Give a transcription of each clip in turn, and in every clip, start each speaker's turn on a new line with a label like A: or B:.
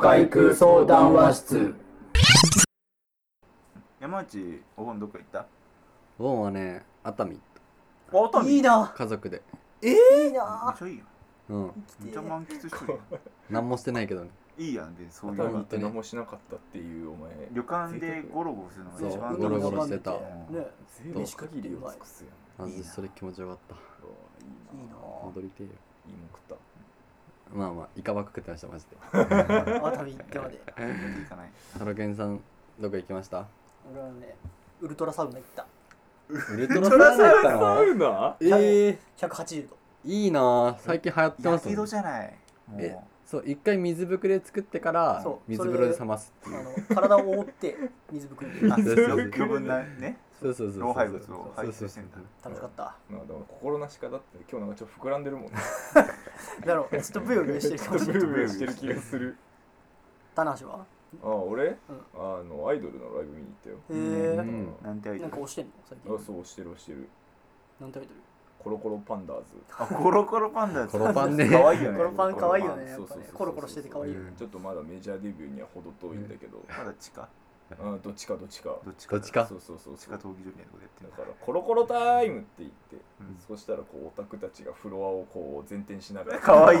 A: 海空想談話室
B: 山内お盆どこ行った
C: ボンはね熱海
B: 熱海
D: いいな
C: 家族で
D: いい
B: めっ
D: な
B: ちゃいいやん
C: うん
B: めっちゃ満喫してる や
C: 何もしてないけどね
B: んいいやんでそういう
E: 熱海行っ
B: の
E: て何もしなかったっていうお前
B: 旅館でゴロゴロするの
C: そ
B: が一番楽
C: う
B: しい
C: ゴロゴロしてた
D: ね
B: うん
E: 贅沢限りを尽くすやん
C: マジでそれ気持ちよかった
E: うわい
D: いい
E: いな
C: 戻りてえよ
E: いいもん食った
C: まあまあイカばっか食ってましたマジ で
D: な熱海行ってまで
B: 行か ない
C: タロケンさんどこ行きました
D: 俺はねウルトラサウナ行った
C: ウルトラサウナ行ったの
E: ウナ
C: えー、
D: 180度
C: いいなあ最近流行って
B: や
C: ます
B: け
C: も
B: ど
C: ん
B: じゃないも
C: え
B: う
C: そう一回水ぶくれ作ってから
D: そう
C: 水風呂で冷ます
D: あの体を覆って水ぶくれで
B: あ
D: 楽
B: よ
C: 水ぶくれ
B: 余分なね
C: そうそうそう
B: 老廃物
C: そう
B: を
C: そ
B: 排
C: うそ
B: 出
C: う
B: してんだ
D: しかった
E: なんかでも心なしかだって今日なんかちょっと膨らんでるもんね
D: だろうちょっとブヨブヨしてる
E: ち
D: か
E: ょっ
D: も
E: と
D: しれ
E: ブル
D: ない
E: ブルしてる気がする
D: 棚橋は
E: あ俺あのアイドルのライブ見に行ったよ
D: へ
C: う
D: え
C: ん
B: なんて相
D: なん
B: 手
D: か押してんの最近
E: あそうしてるしてる
D: なんて書いてる
E: コロコロパンダーズ
B: あコロコロパンダ
C: コロパンね
B: 可愛いよね
D: コロパン可愛いよねや
E: そ
D: っ
E: うそ
D: ぱ
E: うそう
D: ね
E: そう
D: コロコロしてて可愛いよね
E: ちょっとまだメジャーデビューには程遠いんだけど、
B: まだ地下
E: うん、どっちかどっちか
B: どっちか
C: どっちか
E: そうそうそう
B: 地
E: そ
B: 下
E: う
B: 闘技場みたいなとこでやって
E: だ
B: る
E: からコロコロタイムって言って、
B: うん
E: そしたらこうオタクたちがフロアをこう前転し ながら
B: 可愛い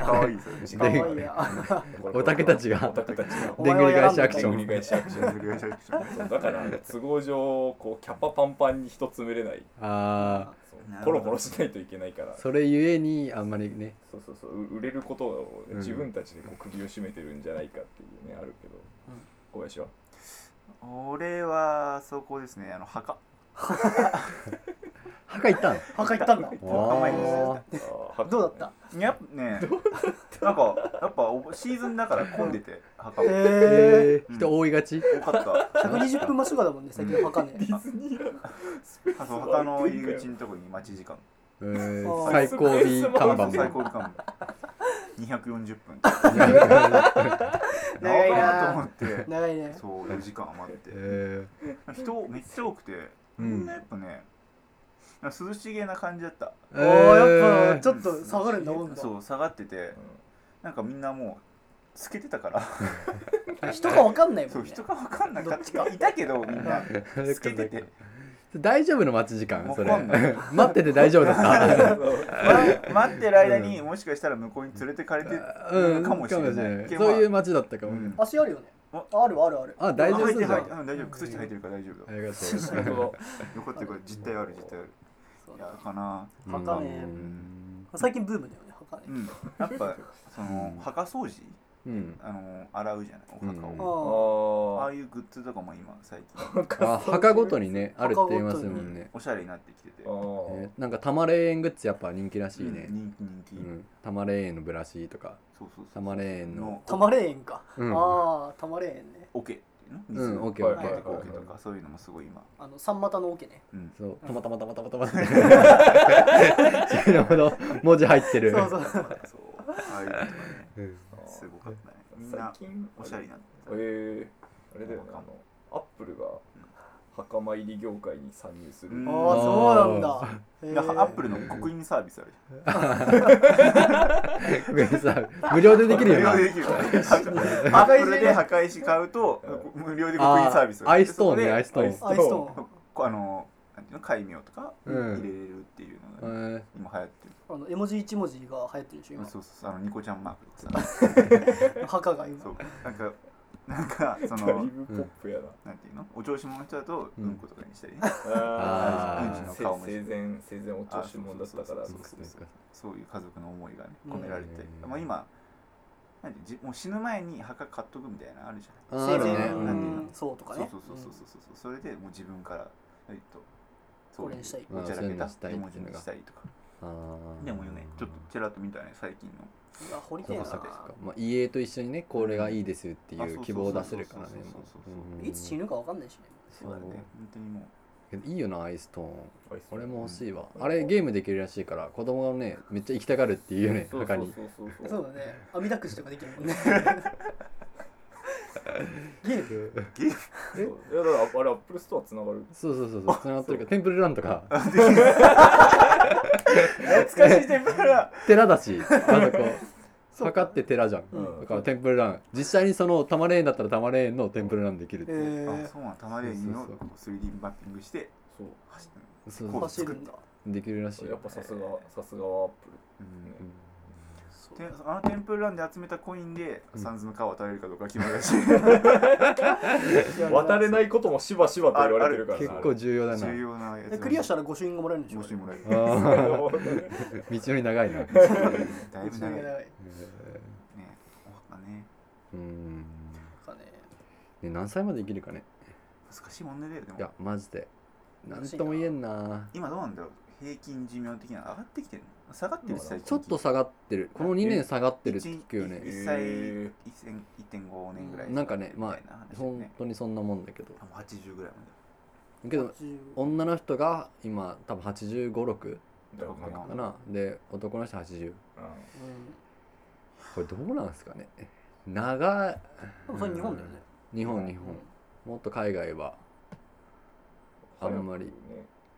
B: 可愛い それ
E: 時
D: 可
E: 間
D: 愛
E: が
D: い や
C: オタクたちが
E: オタクたちが
D: お
C: でん
D: 前
C: ぐ
D: は
C: り
D: やら
C: 返
D: ん
C: し
D: の
C: ア
D: かい
C: ク
E: で
C: シ
E: ん
C: ョン
E: ぐり返しアクション そうだからあの都合上こうキャパパンパンに人詰めれない
C: あ
E: そう
B: なるほど
E: コロコロしないといけないから
C: あそれゆえにあんまりね
E: そうそうそうう売れることを
C: うん
E: 自分たちでこう首を絞めてるんじゃないかっていうねあるけど、
D: うん
E: 小 林は
B: 俺はそこですねあの墓
C: 墓行った の
D: 墓行ったんだ
B: まり
C: あ
E: あー
D: どうだった
B: やっぱねなんかやっぱおシーズンだから混んでて墓も
C: ー
D: え
C: えー人多いがち
B: 多かった
D: え120分待ちとかだもんね最近墓 ね
B: あそう墓の入り口のとこに待ち時間
C: えー
D: あー
C: 最後尾看板
B: 最高
C: も
B: 時間も240分
D: 長いな
B: 長いなと思って
D: 長いね
B: そう4時間余って
C: え
B: 人めっちゃ多くて
C: ーう
B: みん
C: ん
B: なやっぱねなんか涼しげな感じだった
C: え
D: おーやっぱ
C: ー
D: ちょっと下がるんだ温度
B: そう下がっててなんかみんなもう透けてたから
D: 人がわかんない
B: そ
D: も
B: うん
D: ね
B: 人が分かんなか
D: ど
B: っ
D: っち
B: た
D: か
B: いたけどみんな透けてて
C: 大丈夫の待ち時間それ
B: わかんない
C: 待ってて大丈夫だった
B: ま待ってる間にもしかしたら向こうに連れてかれて
C: う
B: る
C: ん
B: かもしれないけど
C: そういう
B: ま
C: 待ちだったかも、
B: うん
D: 足あるよね
B: お
D: あるあるある
C: あ
B: あ
C: 大丈夫そうじゃん
B: 履
C: あ
B: いて履いてうん大丈夫靴下履いてるから大丈夫だ
C: りがとう
B: よかったよかった実態ある実態ある
D: そう
B: いやかな
D: 墓ね
C: うん
D: 最近ブームだよね墓ね
B: うんやっぱその墓掃除
C: うん
B: あの洗うじゃないお墓
C: う
B: を
C: ん
D: あ
E: あ
D: あ
B: あ
E: ー
B: あいうグッズとかも今最近
C: あ墓ごとにねあるって言いますもんね、
B: おしゃれになってきてて、
E: あー
C: えーなんかたま霊園グッズやっぱ人気らしいね、
B: 人気人気、
C: うん、たま霊園のブラシとか
B: そうそうそ
C: た
B: う
C: ま霊園の
B: の
D: たまれ園か
C: うん
D: ああたまれ園ね
B: オケっていうの
C: う
B: 水
C: ん
B: の
C: オッケー
E: は
C: オ
E: い
C: ッ
B: オ
C: ケ
B: ケ
C: ー
B: とかオケとかそういうのもすごい今、
D: あの三股のオケね
B: うん、
C: そう
D: うん
C: たまたまたまたまたまたま死ぬほど文字入ってる
D: そうそう
B: そうああいうのとかね
C: うん
B: すごかったねみん
E: 最
B: な
E: 近
B: おしゃれになっ
E: え
B: て
E: ー、あれだよねあのアップルが墓参り業界に参入する、
B: うん
D: ああそうなんだへ
B: た、
D: ー
B: アップルの刻印サービスある
C: ごめんなさい無料でできるよな
B: 無料ででき るアップルで墓石買うと無料で刻印サービス
C: あアイストーンね
B: で
C: アイストーン
E: アイス
D: アイストーン
B: あのなんていうの戒名とか入
C: うん
B: れれるっていうのが、
C: え
B: 今流行ってる
D: あの絵文字一文字が流行ってるでしょ
B: そう
D: 今
B: そうそうあのニコちゃんマークとかさ
D: 墓が今
B: そうなんかなんかそ
E: だい
B: の
E: ぶポップやな、
B: なんていうのお調子者の人だと
C: うん
B: うんことかにしたりね、
C: あ
B: ー
E: せ生前生前お調子者だったから
B: あそう
C: ー
B: そ
C: そうう
B: そう
C: か
B: そういう家族の思いがね込められて、
C: うん
B: まあ、今なんてじもう死ぬ前に墓買っとくみたいなのあるじゃん
C: あーあるね
D: 生前
C: うん
B: なんていうの
D: そうとかね
B: そうそうそうそうそうそう、それでもう自分からえっと
D: これにしたい
B: おちゃらけ
C: まあそうい
B: た絵
C: うのしたいっていうの
B: 文
C: が
B: 字にしたりとか
C: あー
B: でもねちょっとちらっと見たね最近の
D: うわ掘りて
C: そ
D: え
C: う
D: な
C: かそうかそうかまあ家と一緒にねこれがいいですって
B: あそう
C: い
B: そうう
C: 希望を出せるからね
B: そうそうそうそう
C: うん
D: いつ死ぬかわかんないしね
B: そうだね
C: そう
B: 本当にもう
C: けどいいよなアイストーン
E: こ
C: 俺
E: れ
C: も欲しいわ
E: うん
C: あれゲームできるらしいから子供がねめっちゃ行きたがるっていうよね
E: そうそ
C: 墓
E: う
C: に
E: そうそう
D: そうだね網だくじとかできるもんねゲーム
E: そういやだからあれアップルストアつながる
C: そうそうそうそう繋がってるからテンプルランとか
B: 懐かしいテンプラ
C: 寺だしあそこ
D: そう
C: 測って寺じゃん
D: う
C: だからテンプルラン実際にその玉レーンだったら玉レーンのテンプルランできるって
D: え
C: いう、
B: あ
D: ー、
B: そうなんたまにの
C: そう
B: 3D マッピングして
E: そう
B: 走ってる
C: そう
B: こう
D: 走るんだ
C: できるらしい
E: や
C: よ
E: っぱさすがさすがはアップル
B: うん
C: うん
D: そう
B: てあのテンプルランで集めたコインで
C: うん
B: サンズの皮を渡れるかどうか決まるらしい
E: 渡れないこともしばしばと言われてるから
C: 結構重要だな
B: 重要なやつ
D: えクリアしたら御朱印がもらえるんでしょ
B: もしもらえる
C: あー
E: 構
C: 道のり長いな
B: だい
D: 御
B: ぶ
D: 朱 印が
B: 長いね
D: 長い
B: まあね
C: うん
D: かね
C: ね何歳まで生きるかね
B: 難しい問題だよで
C: い
B: も
C: やマジで何とも言えんな
B: 今どうなんだろう平均寿命的なの上がってきてるの下がってる
E: まあ
B: 最近
C: ちょっと下がってるこの2年下がってるって聞くよね
E: え
B: 1歳
E: へー
B: 1.5年ぐらい
C: なんかねまあ
B: みたいな話だよ
C: 本
B: ね
C: 当にそんなもんだけど
B: 多分80ぐらいまで
C: けど
D: 10
C: 女の人が今多分8 5 6
E: だからな
C: かなで男の人80これどうなんすかね長い
D: でもそれ日本だよね
C: 日本日本もっと海外はあんまり
E: 早くね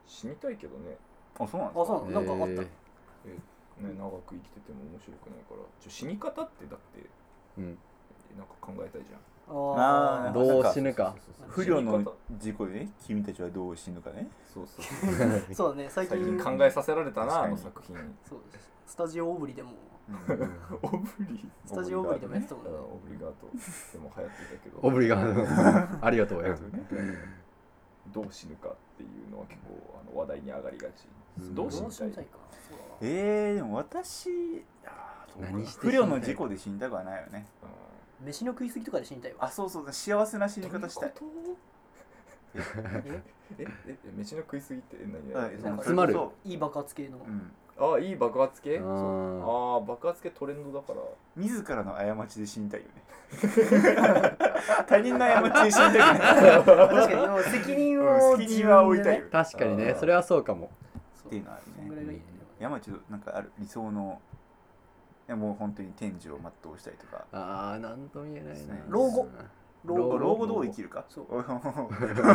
E: 死にたいけどね
B: あそうなん
D: あ
B: ですか
D: そうなのなんかあった
C: えー
E: ね長く生きてても面白くないからちょ死に方ってだって
C: うん
E: なんか考えたいじゃん
B: あー
D: あ
C: どう死ぬか
B: 不慮の事故でね君たちはどう死ぬかね
E: そう そう
D: あそうだね最
E: 最
D: 近
E: 近考えさせられ
B: 確
E: たな
B: か
E: あ
B: に
E: の作 品
D: そうですスタジオオブリでも
E: オブリ
D: スタジオオブリでもやってたもんね
E: オブリガートでも流行ってたけど
C: オブリガ ードありがとうや
E: どう死ぬかっていうのは結構あの話題に上がりがち
C: うん
E: どう死
D: どう死に
E: に
D: た
E: た
D: い
E: い
D: かそうだな
B: えー、でも私あーどうかな
C: 何して死
B: 不
C: にたい
B: 慮の事故で死にたくはないよね
E: あ
D: 飯の食いすぎとかで死にたいわ
B: あそうそう幸せな死
E: ー
B: に方したい
E: どううこ
D: え
E: とえええ飯の食いすぎってえ何
B: はい
D: なんか
C: 詰まる
B: そ
D: いい爆発系の
B: ううん
E: ああいい爆発系
C: あ
E: あ
C: ー
E: あー爆発系トレンドだから
B: 自らの過ちで死にたいよね 他人の過ちで死にたくない
D: あ確かにでも責任を
B: うん責任は負いたい
D: 自分で
B: よ
D: ね
C: 確かに
E: あ
C: ね
E: ー
C: それはそうかも
D: そ
B: っ
D: う
B: ていうのはあるね
D: そんぐらいがいいね
B: 山内なんかある理想のいやもう本当に天寿を全うしたりとか
C: ああなんとも言えないな
D: 老後
C: 老
B: 老
C: 後
B: 後どう生きるか
D: そう老後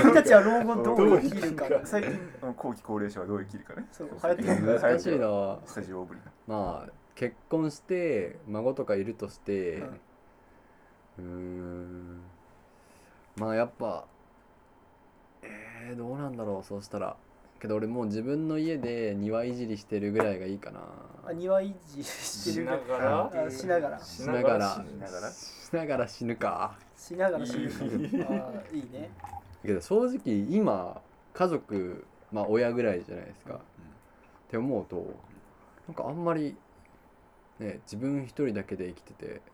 D: 君たちは老後どう生きるか
B: 最近あの後期高齢者はどう生きるかね
D: そう流行ってる
C: 難しいな
B: スタジオオブリの
C: まあ結婚して孫とかいるとして
D: うん
C: うーんまあやっぱえー、どうなんだろうそうしたらけど俺もう自分の家で庭いじりしてるぐらいがいいかな
D: あ庭維持して
E: し
D: る
E: ながら
D: あしながら
E: しながら
C: し
B: ながら
C: しながら死ぬか
D: しながら死ぬ
E: いい
D: あーいいね
C: けど正直今家族まあ親ぐらいじゃないですか、って思うとなんかあんまりね自分一人だけで生きててなんか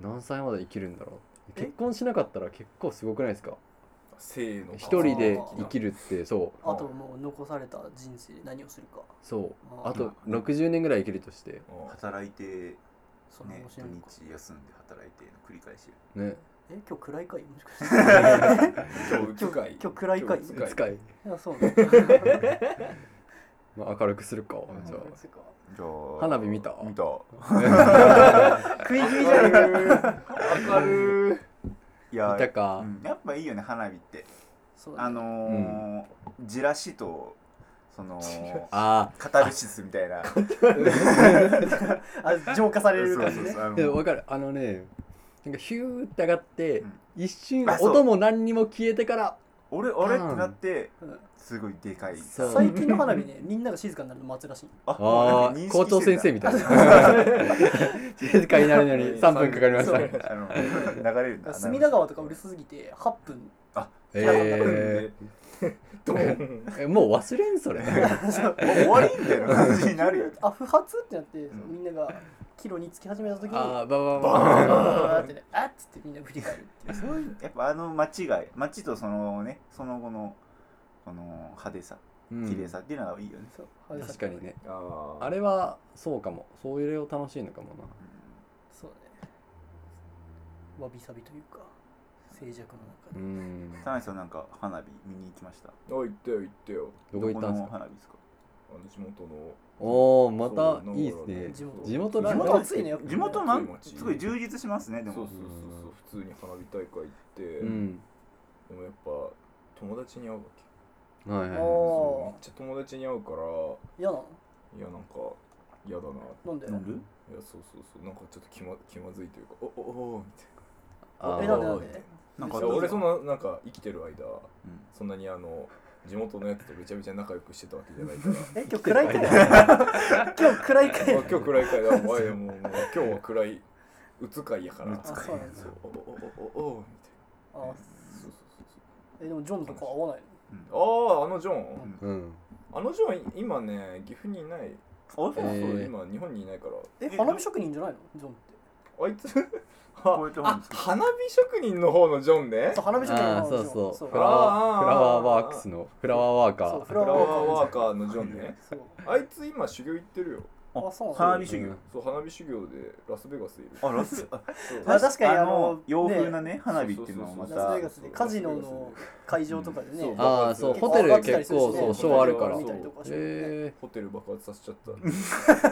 C: 何歳まで生きるんだろう
D: え
C: 結婚しなかったら結構すごくないですか
E: せーの
C: 一人で生きるってそう
D: あともう残された人生で何をするか
C: そう
D: あー
C: あと60年ぐらい生きるとして
E: あ
B: 働いて
D: その
B: ね
D: 面
B: 土
D: 白いのか
B: 日休んで働いての繰り返し
C: ね
D: え今日暗いかいもしかして
E: 今日うつかい
D: 今日暗いかい
E: 今日うつか
D: い
C: 使
E: い
C: い、
D: やそうなの
C: まあ、明るくするかじゃ
B: じゃあ
C: 花火見た
B: 見た
D: 食い気味じゃねえか
E: 明る
B: い
C: あ
B: や
C: 見た
B: う
C: か、
B: んやっぱいいよね花火って
D: そうだね
B: あのーじらしとその
C: あ
B: カタルシスみたいなそう
D: あ浄化される
B: そう
D: 感じ
B: そう
D: ね
B: あ
C: あ
B: の
C: で も分かるあのねなんかヒューって上がって、
B: うん
C: 一瞬
B: あそう
C: 音も何にも消えてから
B: 俺俺ってなって
D: うん
B: すごいでかい
C: そう
D: 最近の花火ねみんなが静かになるの待つらしい
B: あ
C: ああ校長先生みたいな静かになるのに3分かかりました
E: そう
B: たいなあの流れるん だ
D: 隅田川とかうるさすぎて8分
C: え
E: ドン
C: ーえもう忘れんそれ
B: もう終わりみたいな感じになるよ
D: あ不発ってなって
B: ん
D: みんなが帰路につき始めた時に
C: あ
D: あ
C: あばば
D: ー
C: ば
D: ってねあっつってみんな振り返るっていうそういう
B: やっぱあの街が街とそのねその後のこの派手さ綺麗さっていうのはいいよね、
D: そう
C: 確かにね
E: あ
C: あれはそうかもそういうを楽しいのかもな
D: そうねわびさびというか静寂の中で
C: うん
B: 田中さんなんか花火見に行きました
E: あ行ってよ行ってよ
C: どこ行ったん
B: ど
C: す
B: の
C: か
B: 花火ですか
E: あの地元の
C: おおまたいいっ
D: 地
C: すね
D: 元
C: 地元
D: 地
C: ラ
D: 元は暑いねやっぱ
B: 地元なん
E: 暑い街
B: すごい充実しますねで
E: そうそう
B: も
E: そうそう普通に花火大会行って、
C: うん
E: でもやっぱ友達に会うわけ
C: はいは
D: おー
C: い
E: そうめっちゃ友達に会うから
D: 嫌なの
E: いやなんか嫌だな。い
D: なんで
B: なんで
E: や、そうそうそう。なんかちょっと気ま気まずいというか、おおおみたい
C: あ
D: えなんでなんで
B: なん
E: な。
B: か
E: いや俺そ
B: の、
E: のなんか生きてる間、
B: うん
E: そんなにあの地元のやつとめちゃめちゃ仲良くしてたわけじゃないから。
D: え今日暗いかい 今日暗いか
E: あ
D: い
E: 今日暗い会だ。お前もうもう今日は暗い。うつ会やから。
B: うつ
D: あそうなんだ
E: そう。おおおおおみたい
D: あ
E: な。そうそうそう
D: えでもジョンとか合わない
B: うん
E: そう。あああのジョン。
C: うん
E: あのジョン今ね岐阜にいない、
B: あれ
C: えー
E: そう今日本にいないから
D: え
B: え
D: 花火職人じゃないのジョンって
E: あいつ
B: こ
E: あ
B: うやって本
E: あ
B: ですけど
E: 花火職人の方のジョンね
D: そう花火職人
C: あ
D: の
C: ー
D: ジョ
C: そ
D: ン
C: うそう
D: そう
C: フラワー
E: あー
C: フラワーワークスのフラワーワーカ
D: そう
C: ー
D: フ
E: フラ
D: ラ
E: ワ
D: ワー
E: ー
D: ワー
E: ワーカーのジョンね
D: そう
E: あいつ今修行行ってるよ
D: あそうなんだ
B: 花火修行
E: そう花火修行でラスベガスいる
B: あラスあ
E: そう
D: まあ確かにあの
B: 洋風なね花火っていうのも
E: そう
B: ま
E: そう
D: ラス
E: そう
B: た
D: ベガスでカジノの会場とかでね、
E: うんそう
C: ああそう
E: 結構
C: ホテ
D: 上が
C: ル
D: ってたり
C: 結
D: するしね
C: 構そうショーあるから
E: 見
C: へ
E: たりと
D: かしてね
C: え
E: ホテル爆発させちゃった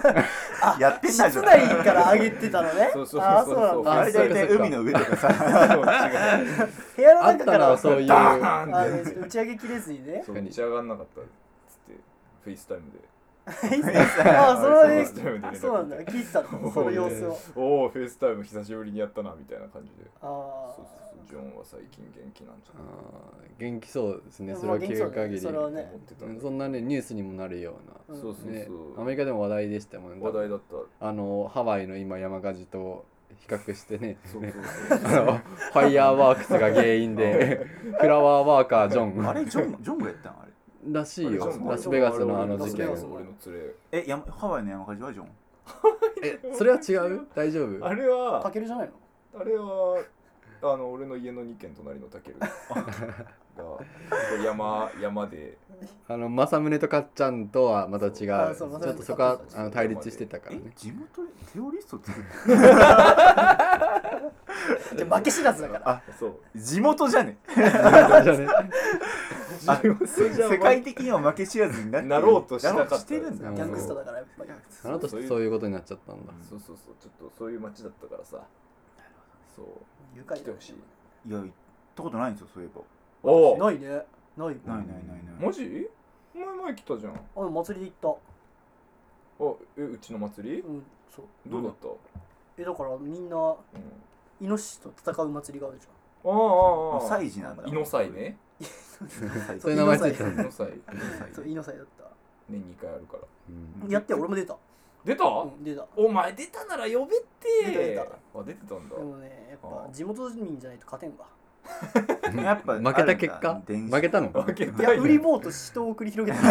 B: やってんな
D: 室
B: じゃん
D: 内 から上げてたのね
E: そうそうそうそう
D: ああそうなん
B: あ
D: だ
C: あ
B: れ大体
C: そっかそっか
B: 海の上とかさ
D: 部屋の
C: あっ
D: 中か
C: た
D: ら
C: なそういう
E: ダーン
D: あ
E: って
D: の打ち上げ切れずに ね
E: そう打ち上がんなかったっつってフェイスタイムで
D: ああその
E: そうそうそう
D: そうなんだ聞いてたのその様子を
E: おおフェイスタイム久しぶりにやったなみたいな感じで
D: あ
E: そうそうそうジョンは最近元気なんじゃ
C: あ
E: ない
C: ー元気そうですね
D: まあ
C: それは聞く限
D: 元気
C: り
D: そうだねそれはね
E: 思ってた
C: うんん
E: だ
C: そんなねニュースにもなるよ
D: あ
E: そう
D: うん
E: そ
C: う
E: う
C: なね
E: そ
C: ア
E: う、
C: メリカでも話題でしたもんね
E: 話題だった
C: あのハワイの今山火事と比較してね
E: そうそう
C: あのファイヤーワークスが原因で フラワーワーカージョ
B: あ
C: ン
B: れジョンジョンがやったんあれ
C: らしい
E: そう
C: よ
E: あれ
C: ラスベガスのあの事件
E: ラスベガスの俺の連れ
B: え山ハワイの山火事はジョン
C: えそれは違う大丈夫
E: あれ
D: タ
E: は
D: ケルじゃないの
E: あれはあの俺の家の2軒隣のタケル が山山で
C: あの政宗とかっちゃんとはまた違うち
D: あそう
C: ょ
D: 政
C: っと
D: 宗と
C: そこ
D: かっ
C: は
D: ちゃんと
C: あの対立してたから
B: え
C: ね
B: 地元でテオリスト作る
D: じゃあ負け知らずだから
B: あ
E: そう
B: 地元じゃね
C: じゃあね
B: あ
E: じゃ
B: 世界的には負け知らずになってる
E: なろうとしたかっ
B: な
E: た
B: ろうとしてるんだ
C: うん
D: ギャングスタだからやっぱり
C: あなた
E: そういう
C: そういうことになっちゃったんだ
E: そうそうそうちょっとそういう街だったからさそう
D: 愉快
E: 来
D: だ
E: て
D: ね
E: ほしい
B: いや行ったことないんですよそういえば
E: お
D: ないねない
B: な
D: わ
B: いないないない
E: マジお前前来たじゃんあ
D: あの祭りで行っ
E: えうちの祭り
D: たうんそう
E: どうだった、
D: えだからみんな
E: うん
D: イノシシと戦う祭りがあるじゃ
E: ああ
B: あ
E: ああああ
B: 祭事なんだ
E: イノサイね
B: 祭事
C: そういう名前ついてた
E: イ
C: んだ
E: ノサイ
D: んそうイノサイだった
E: 年2回あるから
C: うん
D: やって俺も出た
E: 出た、
D: うん出た
E: お前出たなら呼べって
D: 出た出
E: あ出てたんだ
D: でもねやっ
E: あ
D: ぱ
E: あ
D: 地元民じゃないと勝てんわ
B: やっぱ
C: 負けた結果負けたの
E: 負け
D: い
E: た
D: や
E: い
D: 売り棒と死闘を繰り広げて
B: か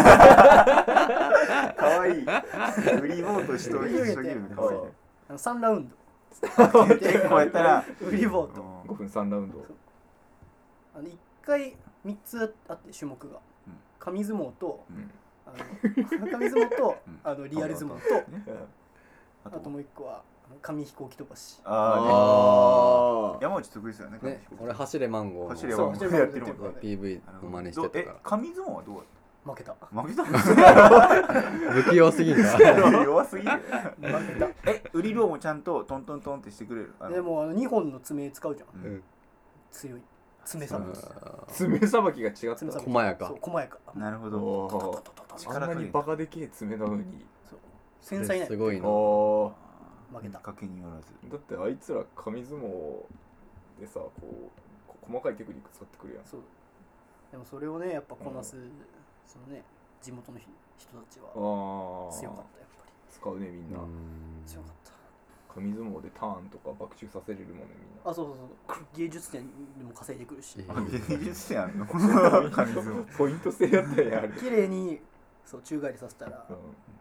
B: わいい売り棒としておいてるのかわいいね
D: あの3ラウン
B: 結構やったら
D: ドウリボー
B: う
D: と
B: ん
E: 5分3ラウンド
D: あの1回3つあって種目が
B: うん
D: 紙相撲と
E: うん
D: あの 紙相撲と
B: うん
D: あのリアル相撲と
B: あ
D: あともう1個はあの紙飛行機飛ばし
B: あ
C: あ
B: あ山内得意ですよね
C: ね俺走れマンゴーの
B: 走れ
D: そう
B: は
D: 走れ
B: やってるもん
D: マンゴー
C: PV の真似してた
B: え
C: か
B: 紙相撲はどうだっ
D: 負けた負
B: た負けた
C: ら不器用すぎ んだ
B: 弱すぎる
D: けた
B: え売り棒もちゃんとトントントンってしてくれるあの
D: でもあの2本の爪使うじゃん
B: う
C: うんん
D: 強い爪さばき
E: 爪さばきが違った
D: 爪さばき
C: 細やか
D: そう細やか
B: なるほど
E: お
D: トトト
E: ー
D: トトトト
E: あんなにバカでけえ爪なのに
D: そう繊細な
C: すごい
E: あ
C: な
E: ー
D: 負けた
B: 賭けによらず
E: だってあいつら紙相撲でさこうこ細かいテクニック使ってくるやん
D: そうでもそれをねやっぱこなす、そのね地元の人人たち
E: あ
D: は
E: ー
D: 強かったやっぱり
E: 使うねみんな
D: 強かった
E: 紙相撲でターンとか爆中させれるもんね
D: あそうそうそう芸術点でも稼いでくるし
C: え
B: 芸術点あ るの
E: みん な
B: 紙相撲
E: ポイント制やったやんあれ
D: 綺麗にそう宙返りさせたら
E: うん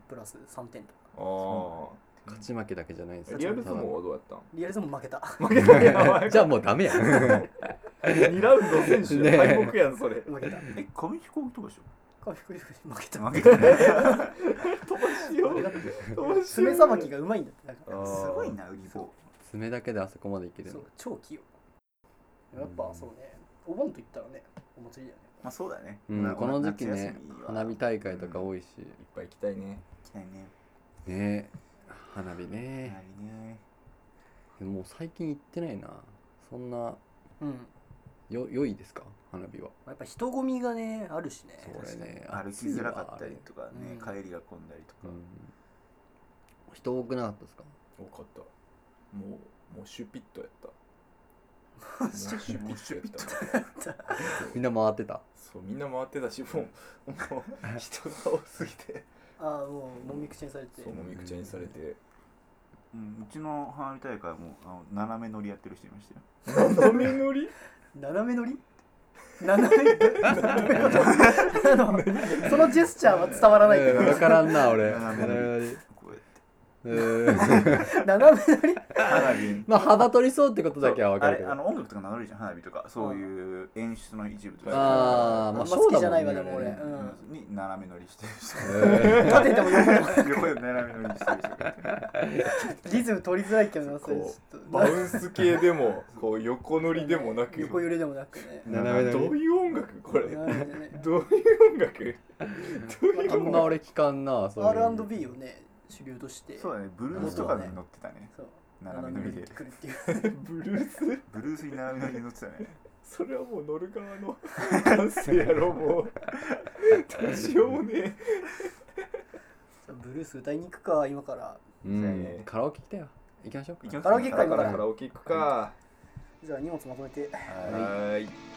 D: プラス3点とか
E: あ
C: 勝ち負けだけじゃないんです
E: あ
C: よ
E: リアル相撲はどうやったん
D: リアルズも負けた
E: 負けたや ばい
C: じゃあもうダメやん
E: 2ラウンド選手、
C: ねえ
E: 敗北やんそれ
D: 負けた
B: え紙飛行機とかでしょ
D: 顔ひっくり返し負けた
B: 負けたね
E: 飛ばしよう飛ばしよ
D: 爪
E: う
D: さばきがうまいんだってだか
E: あ
D: ら
E: ー
B: すごいな売り棒
C: 爪だけであそこまでいける
D: そ
C: の
D: う超器用やっぱそうねお盆と言ったらねお祭りだよね
B: まあそうだね
C: うんこの時期
B: 夏
C: ね
B: 休みは
C: 花火大会とか多いし
E: いっぱい行きたいね
B: 行きたいね
C: ね花火
B: 花
C: ね
B: 火ね
C: もう最近行ってないなそんな
D: うんま
C: よ良いですか花火は
D: あやっぱ人混みがねあるしね
C: そう俺ね
B: 歩きづらかったりとか
D: う
B: ね
D: ん
B: 帰りが混んだりとか
C: うん人多くなかったですか
E: 多かったもうもうシュピットやったもう シュピットやった
C: みんな回ってた
E: そうみんな回ってたしもうもう人が多すぎて
D: ああもうもみくちにされて
E: そうもみくちゃにされて
B: うん、うちの花火大会もあの斜め乗りやってる人いましたよ
E: 飲み乗り
D: 斜め乗り斜めあのそのジェスチャーは伝わらないけど
C: 分からんな俺
B: 斜めこうやって
C: うん
D: 斜め乗り
B: 花火
C: まあ幅取りそうってことだけは分かるけ
B: そうあ
C: ど
B: れあの音楽とか流れるじゃん花火とかそういう演出の一部として
C: あーま
D: あ
C: あ
D: んま
C: そ
D: 好
C: うだもんね
D: きじゃないわでも俺
C: う
D: うん
B: に斜め乗りしてる
C: え
D: 立てても横でも
B: 人 横で斜め乗りしてる人がいて
D: リズム取りづらいけどなそれちょっと
E: バウンス系でもこう横乗りでもなく
D: 横揺れでもなくね
C: ー斜め
E: ど
C: の
E: ういう音楽これどう
D: 斜めでね
E: いう音楽どういう
C: あん
E: 音
C: ま
E: 楽
C: 俺聞かんなそういうの
D: R&B をね主流として
B: そうだねブルースとかに乗ってたね
D: そう
B: 斜
D: 斜
B: め乗
D: め
B: り
D: に
B: で
D: くるっていう
E: ブルース
B: ブルースに斜め乗りに乗ってたね
E: それはもう乗る側の感性やろもうどうしようもね
D: ブルース歌いに行くか今から
C: うんカラオケ来たよ行きましょうか
B: 行きます
D: カラオケ
E: えだ
D: 会
E: か
D: からら
E: カラオケ行くか
D: じゃあ荷物まとめて
E: はーい